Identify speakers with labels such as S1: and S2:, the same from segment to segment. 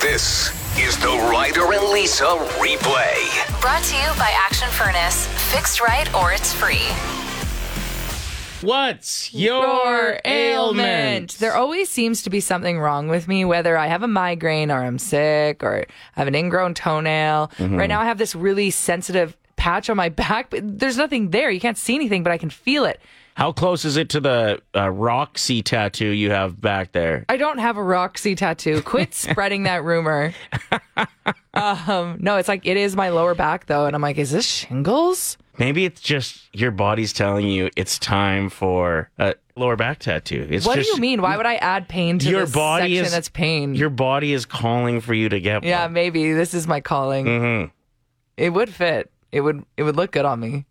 S1: This is the Ryder and Lisa replay.
S2: Brought to you by Action Furnace. Fixed right or it's free.
S3: What's your, ailment?
S4: There always seems to be something wrong with me, whether I have a migraine or I'm sick or I have an ingrown toenail.
S3: Mm-hmm.
S4: Right now, I have this really sensitive patch on my back, but there's nothing there. You can't see anything, but I can feel it.
S3: How close is it to the uh, Roxy tattoo you have back there?
S4: I don't have a Roxy tattoo. Quit spreading that rumor. um, no, it's like it is my lower back though, and I'm like, is this shingles?
S3: Maybe it's just your body's telling you it's time for a lower back tattoo. It's
S4: What
S3: just,
S4: do you mean? Why would I add pain to
S3: Your
S4: this
S3: body
S4: section
S3: is
S4: that's pain?
S3: Your body is calling for you to get
S4: Yeah,
S3: one.
S4: maybe this is my calling. It would fit. It would. It would look good on me.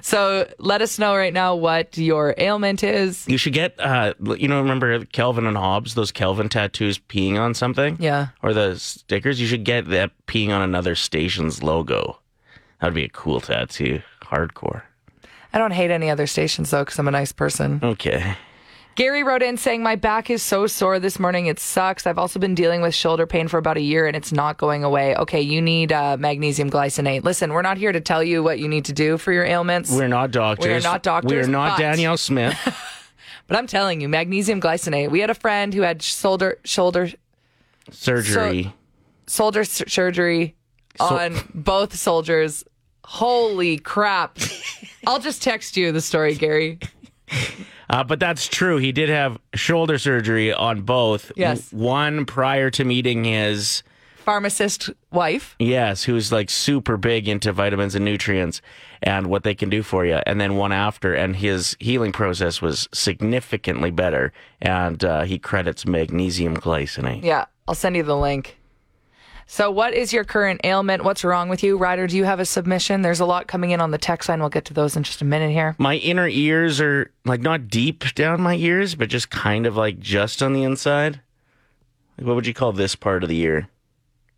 S4: so let us know right now what your ailment is.
S3: You should get, uh, you know, remember Kelvin and Hobbes, those Kelvin tattoos peeing on something?
S4: Yeah.
S3: Or the stickers? You should get that peeing on another station's logo. That would be a cool tattoo. Hardcore.
S4: I don't hate any other stations though, because I'm a nice person.
S3: Okay.
S4: Gary wrote in saying, "My back is so sore this morning. It sucks. I've also been dealing with shoulder pain for about a year, and it's not going away. Okay, you need uh, magnesium glycinate. Listen, we're not here to tell you what you need to do for your ailments.
S3: We're not doctors.
S4: not doctors,
S3: We are not
S4: but-
S3: Danielle Smith.
S4: But I'm telling you, magnesium glycinate. We had a friend who had shoulder shoulder
S3: Surgery.
S4: soldier s- surgery on both soldiers. Holy crap. I'll just text you the story, Gary.
S3: uh, but that's true. He did have shoulder surgery on both.
S4: Yes.
S3: W- One prior to meeting his,
S4: Pharmacist wife.
S3: yes, who's like super big into vitamins and nutrients and what they can do for you. And then one after, and his healing process was significantly better. And uh, he credits magnesium glycinate.
S4: Yeah, I'll send you the link. So, what is your current ailment? What's wrong with you? Ryder, do you have a submission? There's a lot coming in on the text line. We'll get to those in just a minute here.
S3: my inner ears are like not deep down my ears, but just kind of like just on the inside. Like, what would you call this part of the ear?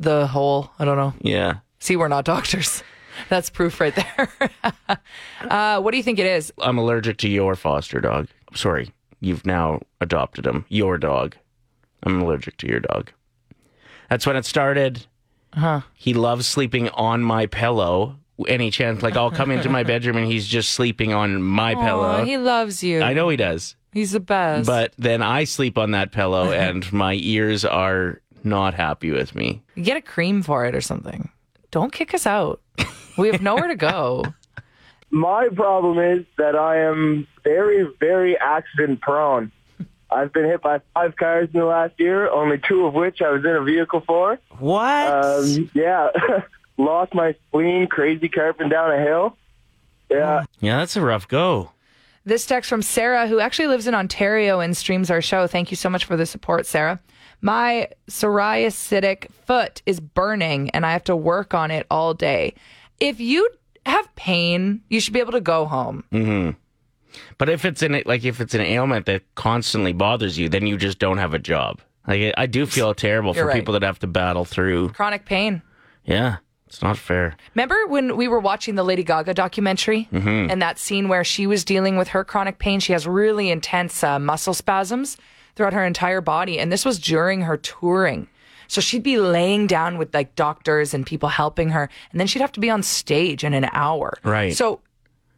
S4: The whole, I don't know.
S3: Yeah.
S4: See, we're not doctors. That's proof right there. uh, what do you think it is?
S3: I'm allergic to your foster dog. Sorry, you've now adopted him. Your dog. I'm allergic to your dog. That's when it started. Huh. He loves sleeping on my pillow. Any chance, like I'll come into my bedroom and he's just sleeping on my
S4: Aw,
S3: pillow.
S4: Oh, he loves you.
S3: I know he does.
S4: He's the best.
S3: But then I sleep on that pillow and my ears are not happy with me.
S4: Get a cream for it or something. Don't kick us out. We have nowhere to go.
S5: My problem is that I am very, very accident prone. I've been hit by five cars in the last year, only two of which I was in a vehicle for.
S3: What?
S5: Um, yeah, lost my spleen, crazy carping down a hill. Yeah,
S3: yeah, that's a rough go.
S4: This text from Sarah, who actually lives in Ontario and streams our show. Thank you so much for the support, Sarah. My psoriatic foot is burning and I have to work on it all day. If you have pain, you should be able to go home.
S3: But if it's an like if it's an ailment that constantly bothers you, then you just don't have a job. Like I I do feel terrible
S4: You're
S3: for
S4: right.
S3: people that have to battle through.
S4: Chronic pain.
S3: Yeah, it's not fair.
S4: Remember when we were watching the Lady Gaga documentary
S3: Mm-hmm.
S4: and that scene where she was dealing with her chronic pain? She has really intense uh, muscle spasms throughout her entire body. And this was during her touring. So she'd be laying down with like doctors and people helping her. And then she'd have to be on stage in an hour.
S3: Right.
S4: So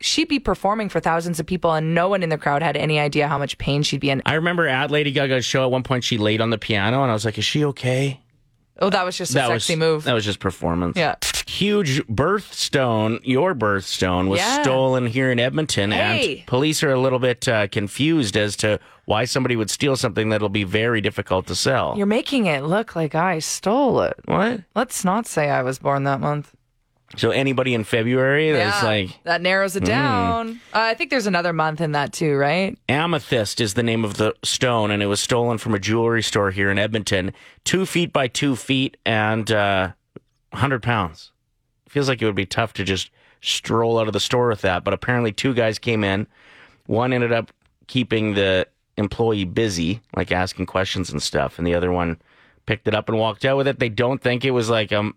S4: she'd be performing for thousands of people and no one in the crowd had any idea how much pain she'd be in.
S3: I remember at Lady Gaga's show at one point she laid on the piano and I was like, "Is she okay?"
S4: Oh, that was just a sexy
S3: was
S4: move.
S3: That was just performance.
S4: yeah.
S3: Huge birthstone, your birthstone was
S4: Yeah.
S3: stolen here in Edmonton,
S4: Hey.
S3: and police are a little bit uh, confused as to why somebody would steal something that'll be very difficult to sell.
S4: You're making it look like I stole it.
S3: what?
S4: Let's not say I was born that month.
S3: So anybody in February that's
S4: Yeah,
S3: like mm.
S4: that narrows it down. Uh, I think there's another month in that too, right?
S3: Amethyst is the name of the stone, and it was stolen from a jewelry store here in Edmonton. Two feet by two feet and uh, 100 pounds. Feels like it would be tough to just stroll out of the store with that, but apparently two guys came in. One ended up keeping the employee busy, like asking questions and stuff, and the other one picked it up and walked out with it. They don't think it was like a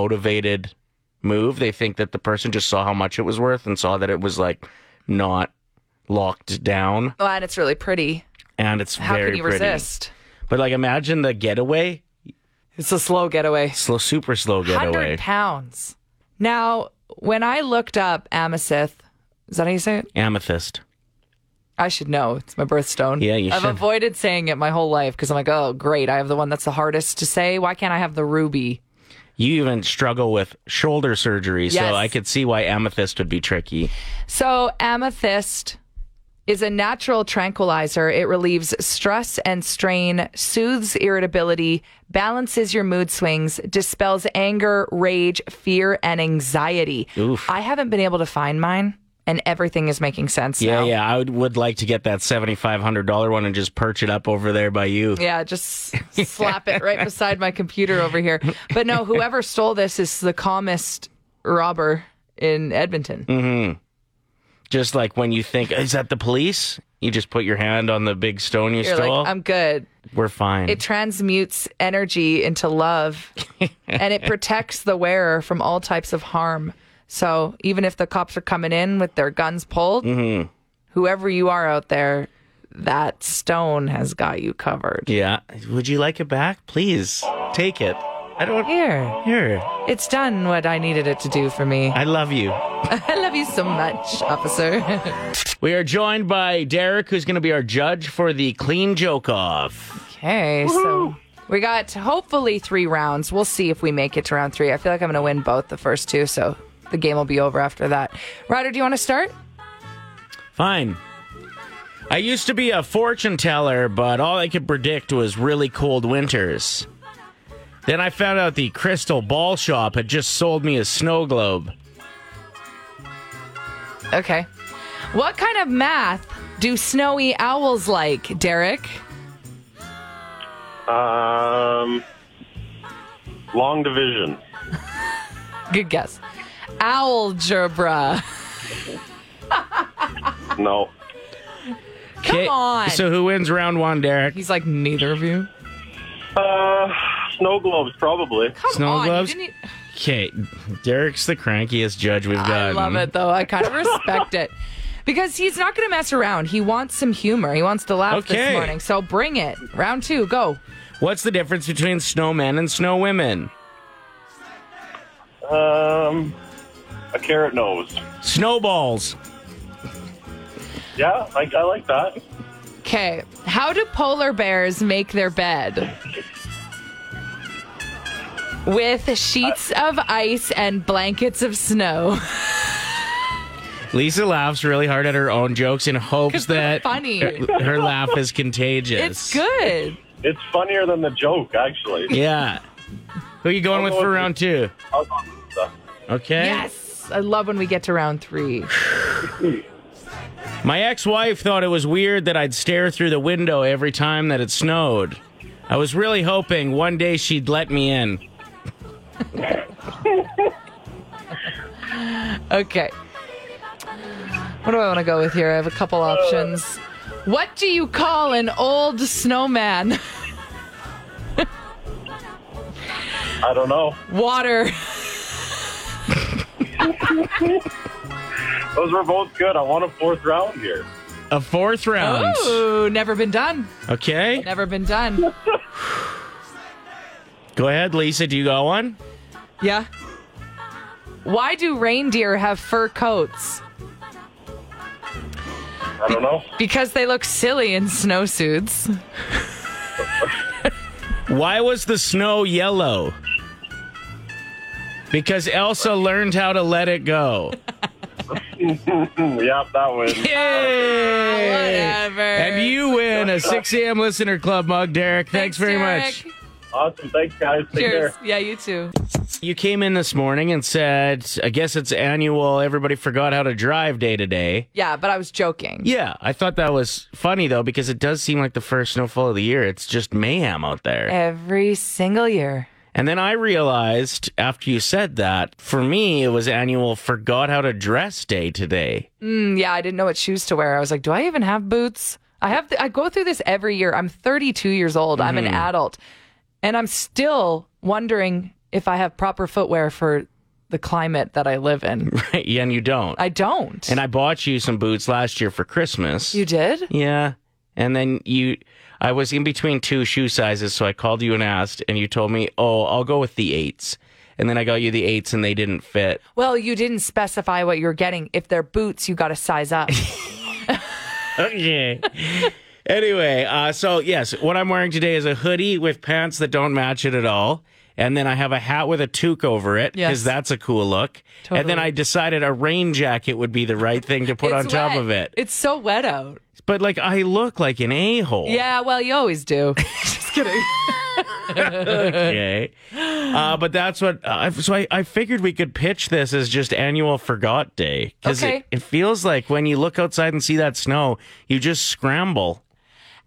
S3: motivated move. They think that the person just saw how much it was worth and saw that it was like not locked down
S4: Oh, and it's really pretty.
S3: and it's
S4: How
S3: very
S4: can you
S3: pretty.
S4: resist?
S3: But like, imagine the getaway,
S4: It's a slow getaway.
S3: slow, super slow
S4: 100
S3: getaway.
S4: pounds. Now, when I looked up Amethyst, is that how you say it?
S3: Amethyst.
S4: I should know. It's my birthstone.
S3: Yeah, you
S4: I've
S3: should.
S4: avoided saying it my whole life because I'm like, oh, great. I have the one that's the hardest to say. Why can't I have the ruby?
S3: You even struggle with shoulder surgery,
S4: Yes.
S3: so I could see why amethyst would be tricky.
S4: So, amethyst is a natural tranquilizer. It relieves stress and strain, soothes irritability, balances your mood swings, dispels anger, rage, fear, and anxiety.
S3: Oof.
S4: I haven't been able to find mine, and everything is making sense
S3: Yeah,
S4: now.
S3: yeah. I would, would like to get that seventy five hundred dollar one and just perch it up over there by you.
S4: Yeah, just slap it right beside my computer over here. But no, whoever stole this is the calmest robber in Edmonton.
S3: Mm, Just like when you think, is that the police? You just put your hand on the big stone you
S4: You're
S3: stole.
S4: like, um, I'm good.
S3: We're fine.
S4: It transmutes energy into love and it protects the wearer from all types of harm. So even if the cops are coming in with their guns pulled, whoever you are out there, that stone has got you covered.
S3: yeah. Would you like it back? Please take it. I don't
S4: Here,
S3: here.
S4: it's done what I needed it to do for me.
S3: I love you.
S4: I love you so much, officer.
S3: We are joined by Derek, who's going to be our judge for the clean joke off.
S4: Okay, so we got hopefully three rounds. We'll see if we make it to round three. I feel like I'm going to win both the first two, so the game will be over after that. Ryder, do you want to start?
S3: Fine. I used to be a fortune teller, but all I could predict was really cold winters. Then I found out the crystal ball shop had just sold me a snow globe.
S4: Okay. What kind of math do snowy owls like, Derek?
S6: Um, long division.
S4: Good guess. Algebra.
S6: No.
S3: Okay,
S4: on.
S3: So who wins round one, Derek?
S4: He's like, neither of you.
S6: Uh, snow globes probably.
S4: Come
S3: Snow
S4: on. you
S3: gloves?
S4: didn't e-
S3: Okay, Derek's the crankiest judge we've got.
S4: I love it, though. I kind of respect it. Because he's not going to mess around. He wants some humor. He wants to laugh
S3: Okay.
S4: this morning. So bring it. Round two, go.
S3: What's the difference between snowmen and snow women?
S6: Um, a carrot nose.
S3: Snowballs.
S6: Yeah, I, I like that.
S4: Okay. How do polar bears make their bed? With sheets of ice and blankets of snow.
S3: Lisa laughs really hard at her own jokes in hopes
S4: 'Cause they're
S3: that
S4: funny.
S3: Her, her laugh is contagious.
S4: It's good.
S6: It's funnier than the joke, actually.
S3: Yeah. Who are you going with for round two?
S6: I'll go with that.
S3: Okay.
S4: Yes. I love when we get to round three.
S3: My ex wife thought it was weird that I'd stare through the window every time that it snowed. I was really hoping one day she'd let me in.
S4: Okay. What do I want to go with here? I have a couple options. What do you call an old snowman?
S6: I don't know.
S4: Water.
S6: Those were both good. I want a fourth round here.
S3: A fourth round.
S4: Ooh, never been done.
S3: Okay.
S4: Never been done.
S3: Go ahead, Lisa. Do you got one?
S4: Yeah. Why do reindeer have fur coats?
S6: I don't know.
S4: Because they look silly in snowsuits.
S3: Why was the snow yellow? Because Elsa learned how to let it go.
S6: Hmm, yeah, that wins.
S3: Yay!
S4: Whatever.
S3: And you win a 6 a.m. Listener Club mug, Derek. Thanks, very much.
S6: Awesome. Thanks, guys. Take
S4: Cheers.
S6: care.
S4: Yeah, you too.
S3: You came in this morning and said, I guess it's annual Everybody Forgot How to Drive Day today.
S4: Yeah, but I was joking.
S3: Yeah, I thought that was funny though, because it does seem like the first snowfall of the year. It's just mayhem out there.
S4: Every single year.
S3: And then I realized after you said that, for me, it was annual Forgot How to Dress Day today.
S4: Mm, Yeah, I didn't know what shoes to wear. I was like, do I even have boots? I have. Th- I go through this every year. I'm 32 years old. I'm
S3: Mm-hmm.
S4: an adult, and I'm still wondering if I have proper footwear for the climate that I live in.
S3: Right? Yeah, and you don't.
S4: I don't.
S3: and I bought you some boots last year for Christmas.
S4: you did?
S3: yeah. And then you, I was in between two shoe sizes, so I called you and asked, and you told me, "Oh, I'll go with the eights. And then I got you the eights, and they didn't fit.
S4: Well, you didn't specify what you were getting. If they're boots, you got to size up.
S3: Okay. anyway, uh, so yes, what I'm wearing today is a hoodie with pants that don't match it at all. And then I have a hat with a toque over it because
S4: Yes.
S3: that's a cool look. And then
S4: Totally.
S3: I decided a rain jacket would be the right thing to put on
S4: It's
S3: top
S4: wet.
S3: of it.
S4: It's so wet out.
S3: But like, I look like an a hole.
S4: Yeah, well, you always do. Just kidding.
S3: Okay. Uh, but that's what. Uh, so I, I figured we could pitch this as just annual Forgot Day because
S4: Okay.
S3: it, it feels like when you look outside and see that snow, you just scramble.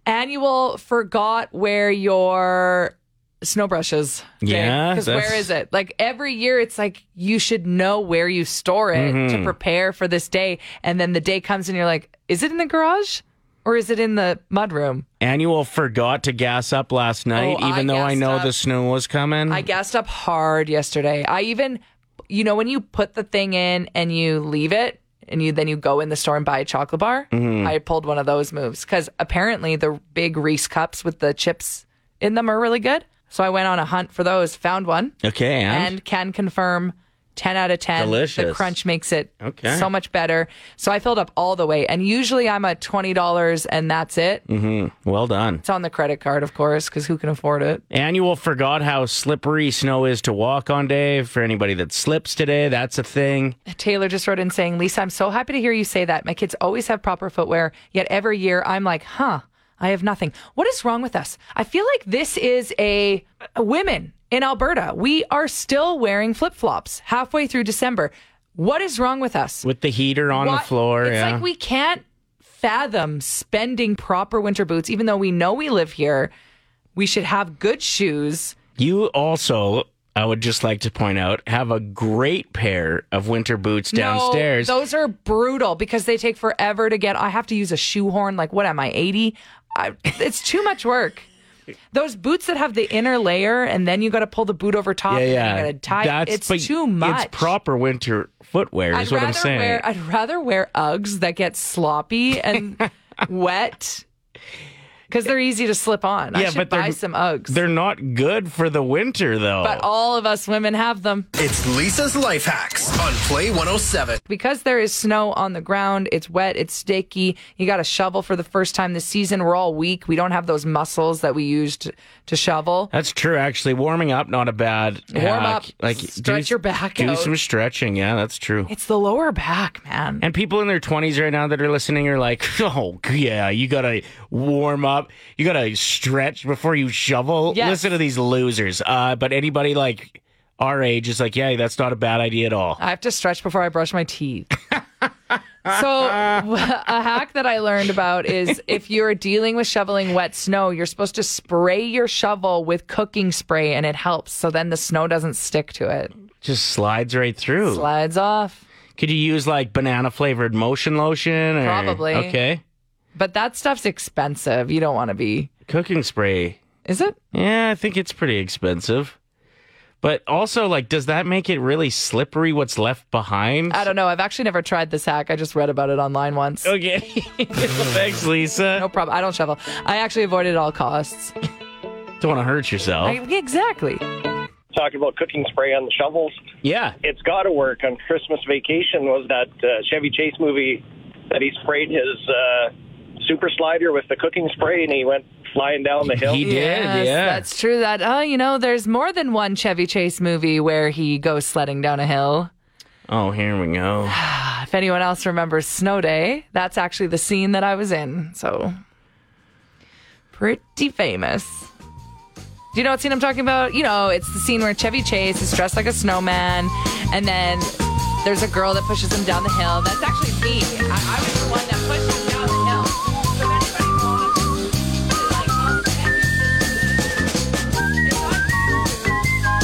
S4: Annual forgot where your snow brushes.
S3: Yeah,
S4: Because
S3: that's-
S4: where is it? Like every year, it's like you should know where you store it
S3: Mm-hmm.
S4: to prepare for this day. And then the day comes and you're like, is it in the garage or is it in the mudroom?
S3: Annual forgot to gas up last night,
S4: Oh, I
S3: even though I
S4: gassed
S3: know
S4: up.
S3: the snow was coming.
S4: I gassed up hard yesterday. I even, you know, when you put the thing in and you leave it, and you then you go in the store and buy a chocolate bar.
S3: Mm-hmm.
S4: I pulled one of those moves because apparently the big Reese cups with the chips in them are really good. So I went on a hunt for those, found one,
S3: okay, and,
S4: and, can confirm. 10 out of 10. The
S3: Delicious.
S4: crunch makes it
S3: Okay.
S4: so much better. So I filled up all the way. And usually I'm at $20 and that's it.
S3: Mm-hmm. well done.
S4: It's on the credit card, of course, because who can afford it?
S3: Annual forgot how slippery snow is to walk on day. For anybody that slips today, that's a thing.
S4: Taylor just wrote in saying, Lisa, I'm so happy to hear you say that. My kids always have proper footwear, yet every year I'm like, huh, I have nothing. What is wrong with us? I feel like this is a women in Alberta. We are still wearing flip flops halfway through December. What is wrong with us?
S3: With the heater on
S4: Why-
S3: the floor,
S4: It's
S3: yeah.
S4: like we can't fathom spending proper winter boots, even though we know we live here. We should have good shoes.
S3: You also, I would just like to point out, have a great pair of winter boots downstairs.
S4: No, those are brutal because they take forever to get. I have to use a shoehorn. Like, what am I, 80? I, it's too much work. Those boots that have the inner layer and then you got to pull the boot over
S3: yeah,
S4: top and then
S3: yeah.
S4: you got to tie. it's
S3: but
S4: too much.
S3: It's proper winter footwear,
S4: I'd
S3: is what I'm
S4: rather
S3: saying.
S4: Wear, I'd rather wear Uggs that get sloppy and wet because they're easy to slip on. I
S3: Yeah,
S4: should
S3: but they're-
S4: buy some Uggs.
S3: They're not good for the winter, though.
S4: but all of us women have them.
S1: It's Lisa's Life Hacks on Play 107.
S4: because there is snow on the ground, it's wet, it's sticky. You got to shovel for the first time this season. We're all weak. We don't have those muscles that we used to, to shovel.
S3: That's true. Actually, warming up not a bad uh,
S4: Warm
S3: hack.
S4: up, stretch your back
S3: Do
S4: out.
S3: some stretching. Yeah, that's true.
S4: It's the lower back, man.
S3: And people in their 20s right now that are listening are like, oh, yeah, you got to warm up. You got to stretch before you shovel.
S4: Yes.
S3: Listen to these losers. Uh, but anybody like our age is like, yeah, that's not a bad idea at all.
S4: I have to stretch before I brush my teeth. so, w- a hack that I learned about is if you're dealing with shoveling wet snow, you're supposed to spray your shovel with cooking spray and it helps. So then the snow doesn't stick to it,
S3: Just slides right through.
S4: slides off.
S3: Could you use like banana flavored motion lotion? Or...
S4: Probably.
S3: Okay.
S4: But that stuff's expensive. You don't want to be.
S3: Cooking spray.
S4: Is it?
S3: Yeah, I think it's pretty expensive. But also, like, does that make it really slippery what's left behind?
S4: I don't know. I've actually never tried this hack. I just read about it online once.
S3: Okay. Thanks, Lisa.
S4: No problem. I don't shovel. I actually avoid it at all costs.
S3: Don't want to hurt yourself.
S4: I- exactly.
S7: talking about cooking spray on the shovels.
S3: Yeah.
S7: It's got to work. On Christmas Vacation was that uh, Chevy Chase movie that he sprayed his uh, super slider with the cooking spray and he went flying down the hill.
S3: He did,
S4: Yes,
S3: yeah.
S4: That's true. That, oh, you know, there's more than one Chevy Chase movie where he goes sledding down a hill.
S3: Oh, here we go.
S4: If anyone else remembers Snow Day, that's actually the scene that I was in. So, pretty famous. Do you know what scene I'm talking about? You know, it's the scene where Chevy Chase is dressed like a snowman, and then there's a girl that pushes him down the hill. That's actually me. I, I was the one that pushed him down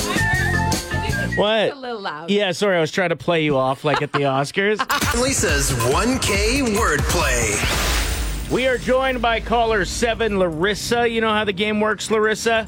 S4: the hill. So if anybody wants to, like, help him, it's on you. I think it's
S3: What?
S4: A little loud.
S3: Yeah, sorry, I was trying to play you off like at the Oscars.
S1: Lisa's 1K wordplay.
S3: we are joined by caller seven, Larissa. You know how the game works, Larissa?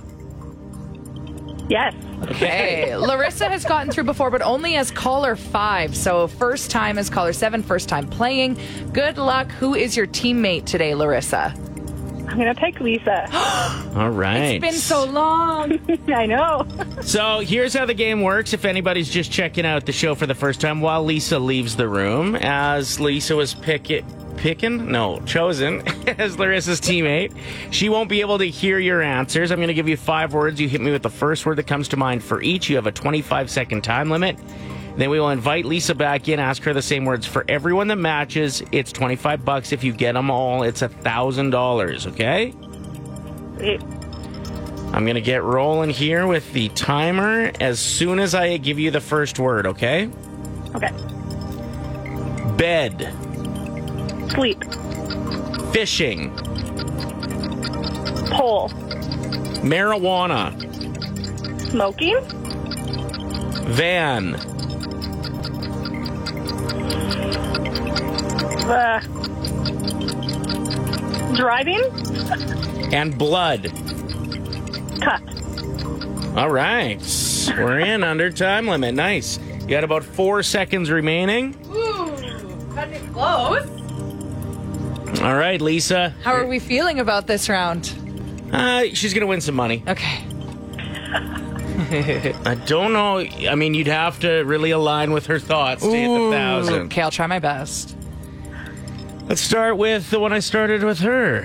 S8: Yes.
S4: Okay. Larissa has gotten through before, but only as caller five. So first time as caller seven, first time playing. Good luck. Who is your teammate today, Larissa?
S8: I'm going to pick Lisa.
S3: All right.
S4: It's been so long.
S8: I know.
S3: So here's how the game works. If anybody's just checking out the show for the first time, while Lisa leaves the room, as Lisa was pick it, picking, no, chosen as Larissa's teammate, she won't be able to hear your answers. I'm going to give you five words. You hit me with the first word that comes to mind for each. You have a 25 second time limit. Then we will invite Lisa back in, ask her the same words for everyone that matches. It's 25 bucks. If you get them all, it's a $1,000, okay?
S8: It-
S3: I'm going to get rolling here with the timer as soon as I give you the first word, okay?
S8: okay.
S3: Bed,
S8: Sleep.
S3: fishing,
S8: Pole.
S3: marijuana,
S8: Smoking.
S3: van,
S8: Uh, driving.
S3: and blood.
S8: Cut.
S3: All right. We're in under time limit. Nice. You got about four seconds remaining.
S4: Ooh, cutting it close.
S3: All right, Lisa.
S4: How are we feeling about this round?
S3: Uh, she's going to win some money.
S4: Okay.
S3: I don't know. I mean, you'd have to really align with her thoughts to hit the thousand.
S4: Okay, I'll try my best.
S3: Let's start with the one I started with her.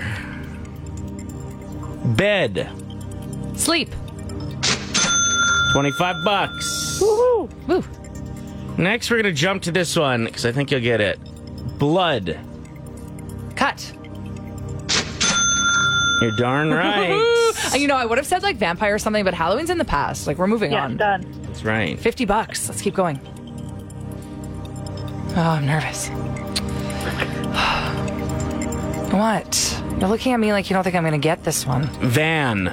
S3: Bed.
S4: Sleep.
S3: 25 bucks.
S8: Woohoo.
S4: Woo.
S3: Next, we're going to jump to this one because I think you'll get it. Blood.
S4: Cut.
S3: You're darn right.
S4: And Uh, you know, I would have said like vampire or something, but Halloween's in the past. Like we're moving
S8: Yeah,
S4: on.
S8: done.
S3: That's right.
S4: 50 bucks. Let's keep going. Oh, I'm nervous. what? You're looking at me like you don't think I'm going to get this one.
S3: Van.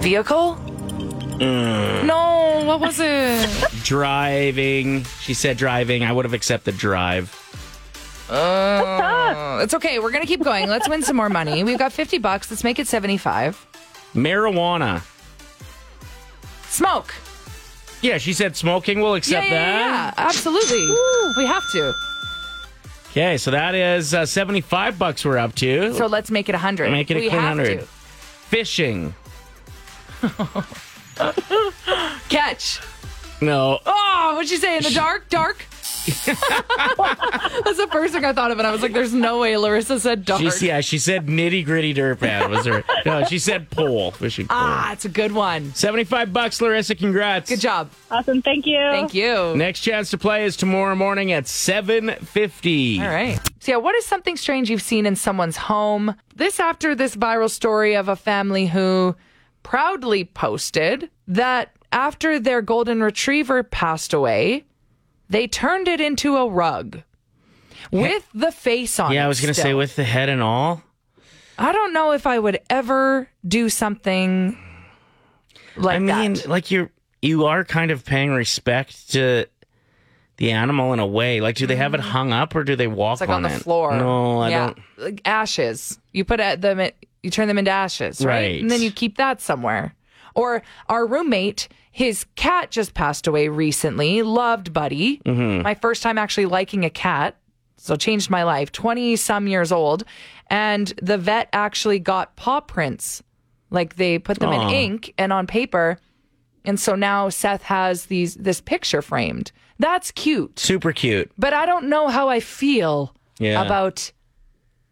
S4: Vehicle? No, what was it?
S3: Driving. She said driving. I would have accepted drive.
S4: Oh, it's okay. We're going to keep going. Let's win some more money. We've got 50 bucks. Let's make it 75.
S3: Marijuana.
S4: Smoke.
S3: Yeah, she said smoking. We'll accept
S4: yeah, yeah, yeah,
S3: that.
S4: yeah. Absolutely. We have to.
S3: Okay, so that is uh, 75 bucks we're up to.
S4: So let's make it 100.
S3: Make it a
S4: we
S3: clean
S4: have
S3: 100.
S4: to.
S3: Fishing.
S4: Catch.
S3: No.
S4: Oh, what'd she say? In the dark? Dark? That's the first thing I thought of, and I was like, there's no way Larissa said dark.
S3: She, yeah, she said nitty gritty dirt pad was her. No, she said pole. Fishing pole.
S4: Ah, it's a good one.
S3: 75 bucks, Larissa. Congrats.
S4: Good job.
S8: Awesome. Thank you.
S4: Thank you.
S3: Next chance to play is tomorrow morning at 7.50.
S4: All right. So, yeah, what is something strange you've seen in someone's home? This after this viral story of a family who proudly posted that after their golden retriever passed away, they turned it into a rug with the face on it.
S3: Yeah, I was going to say
S4: still.
S3: with the head and all.
S4: I don't know if I would ever do something like
S3: I mean,
S4: that.
S3: like you're, you are kind of paying respect to the animal in a way. Like, do they have it hung up or do they walk
S4: Mm-hmm. It's like on, the
S3: it?
S4: floor.
S3: No, I
S4: yeah.
S3: don't.
S4: Like ashes. You put at them, in- you turn them into ashes, right?
S3: Right.
S4: And then you keep that somewhere. Or our roommate, his cat just passed away recently. Loved Buddy.
S3: Mm-hmm.
S4: My first time actually liking a cat. So changed my life. 20 some years old. And the vet actually got paw prints. Like they put them
S3: Aw.
S4: in ink and on paper. And so now Seth has these this picture framed. That's cute
S3: Super cute.
S4: but I don't know how I feel
S3: Yeah.
S4: about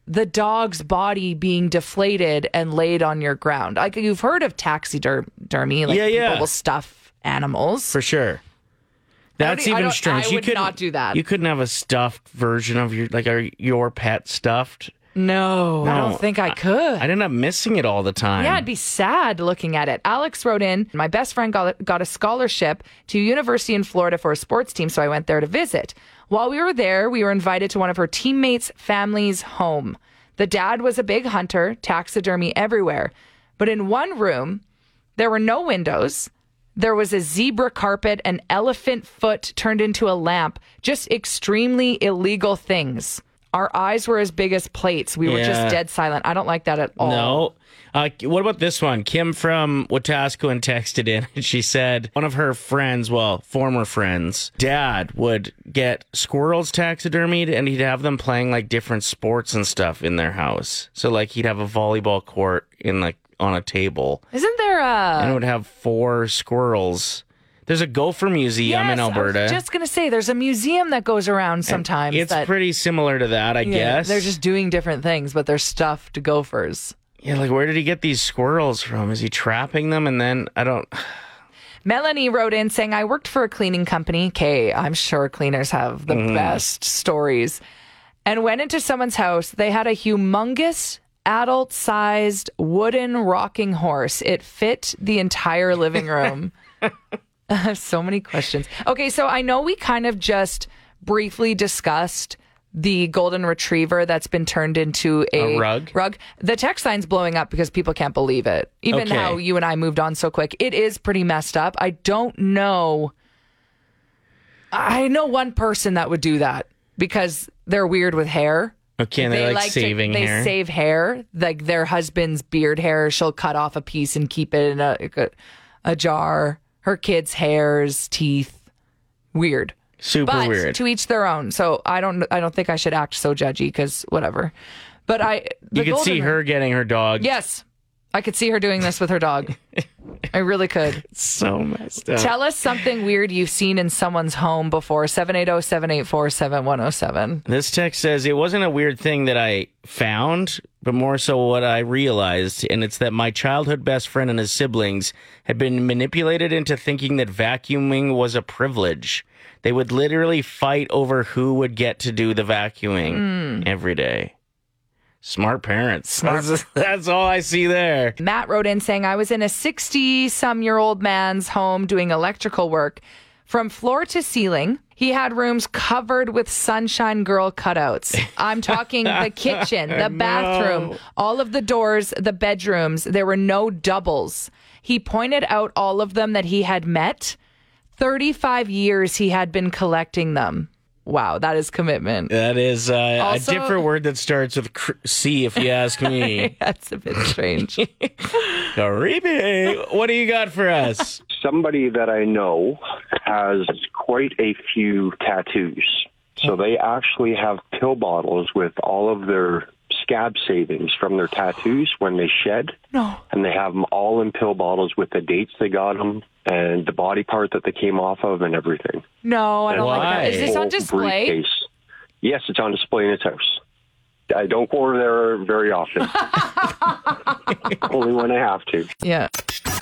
S4: the dog's body being deflated and laid on your ground. Like you've heard of taxidermy, like
S3: Yeah,
S4: people
S3: yeah.
S4: will stuff animals.
S3: For sure. That's
S4: I don't- I
S3: even
S4: don't-
S3: strange.
S4: I
S3: you
S4: would
S3: couldn't
S4: not do that.
S3: You couldn't have a stuffed version of your like are your pet stuffed.
S4: No, I
S3: No,
S4: don't think I could.
S3: I'd end up missing it all the time.
S4: yeah, I'd be sad looking at it. Alex wrote in, my best friend got, got a scholarship to university in Florida for a sports team, so I went there to visit. While we were there, we were invited to one of her teammates' family's home. The dad was a big hunter, taxidermy everywhere. But in one room, there were no windows. There was a zebra carpet, an elephant foot turned into a lamp, just extremely illegal things. Our eyes were as big as plates. We were
S3: Yeah.
S4: just dead silent. I don't like that at all.
S3: No. Uh, what about this one? Kim from Wetaskiwin texted in and she said one of her friends, well, former friends, dad would get squirrels taxidermied and he'd have them playing like different sports and stuff in their house. So like he'd have a volleyball court in like on a table
S4: Isn't there
S3: and it
S4: a
S3: would have four squirrels. There's a gopher museum
S4: Yes,
S3: in
S4: I was
S3: Alberta.
S4: just gonna say there's a museum that goes around sometimes.
S3: it's
S4: that,
S3: pretty similar to that, I
S4: yeah,
S3: guess.
S4: They're just doing different things, but they're stuffed gophers.
S3: yeah, like where did he get these squirrels from? Is he trapping them? And then I don't.
S4: Melanie wrote in saying, I worked for a cleaning company. Okay, I'm sure cleaners have the best stories. And went into someone's house. They had a humongous adult sized wooden rocking horse. It fit the entire living room. I have so many questions. Okay, so I know we kind of just briefly discussed the golden retriever that's been turned into a,
S3: A rug?
S4: Rug. The text sign's blowing up because people can't believe it. Even
S3: Okay.
S4: how you and I moved on so quick. It is pretty messed up. I don't know. I know one person that would do that because they're weird with hair.
S3: Okay, and they, like,
S4: to-
S3: saving
S4: they
S3: hair.
S4: save hair, like their husband's beard hair. She'll cut off a piece and keep it in a, a jar. Her kids' hairs, teeth, weird.
S3: Super
S4: But
S3: weird.
S4: to each their own. So I don't, I don't think I should act so judgy because whatever. But I,
S3: you
S4: the
S3: could see
S4: golden-
S3: her getting her dog.
S4: Yes, I could see her doing this with her dog. I really could.
S3: So messed up.
S4: Tell us something weird you've seen in someone's home before. 780-784-7107.
S3: this text says it wasn't a weird thing that I found, but more so what I realized, and it's that my childhood best friend and his siblings had been manipulated into thinking that vacuuming was a privilege. They would literally fight over who would get to do the vacuuming
S4: Hmm.
S3: every day. Smart parents. That's, that's all I see there.
S4: Matt wrote in saying, I was in a 60 some year old man's home doing electrical work from floor to ceiling. He had rooms covered with sunshine girl cutouts. I'm talking the kitchen, the bathroom, all of the doors, the bedrooms. There were no doubles. He pointed out all of them that he had met. 35 years he had been collecting them. Wow, that is commitment.
S3: That is uh,
S4: Also-
S3: a different word that starts with cr- C, if you ask me.
S4: That's a bit strange.
S3: Creepy. What do you got for us?
S9: somebody that I know has quite a few tattoos.
S4: Oh.
S9: So they actually have pill bottles with all of their scab savings from their tattoos when they shed.
S4: No.
S9: And they have them all in pill bottles with the dates they got them and the body part that they came off of and everything.
S4: No, I don't like
S3: Why?
S4: that. Oh Is this on
S9: Whole
S4: display?
S9: briefcase. Yes, it's on display in his house. I don't go over there very often. Only when I have to.
S4: Yeah.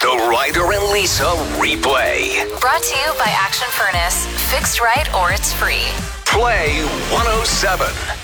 S1: The Ryder and Lisa replay.
S2: Brought to you by Action Furnace. Fixed right or it's free.
S1: oh Play 107.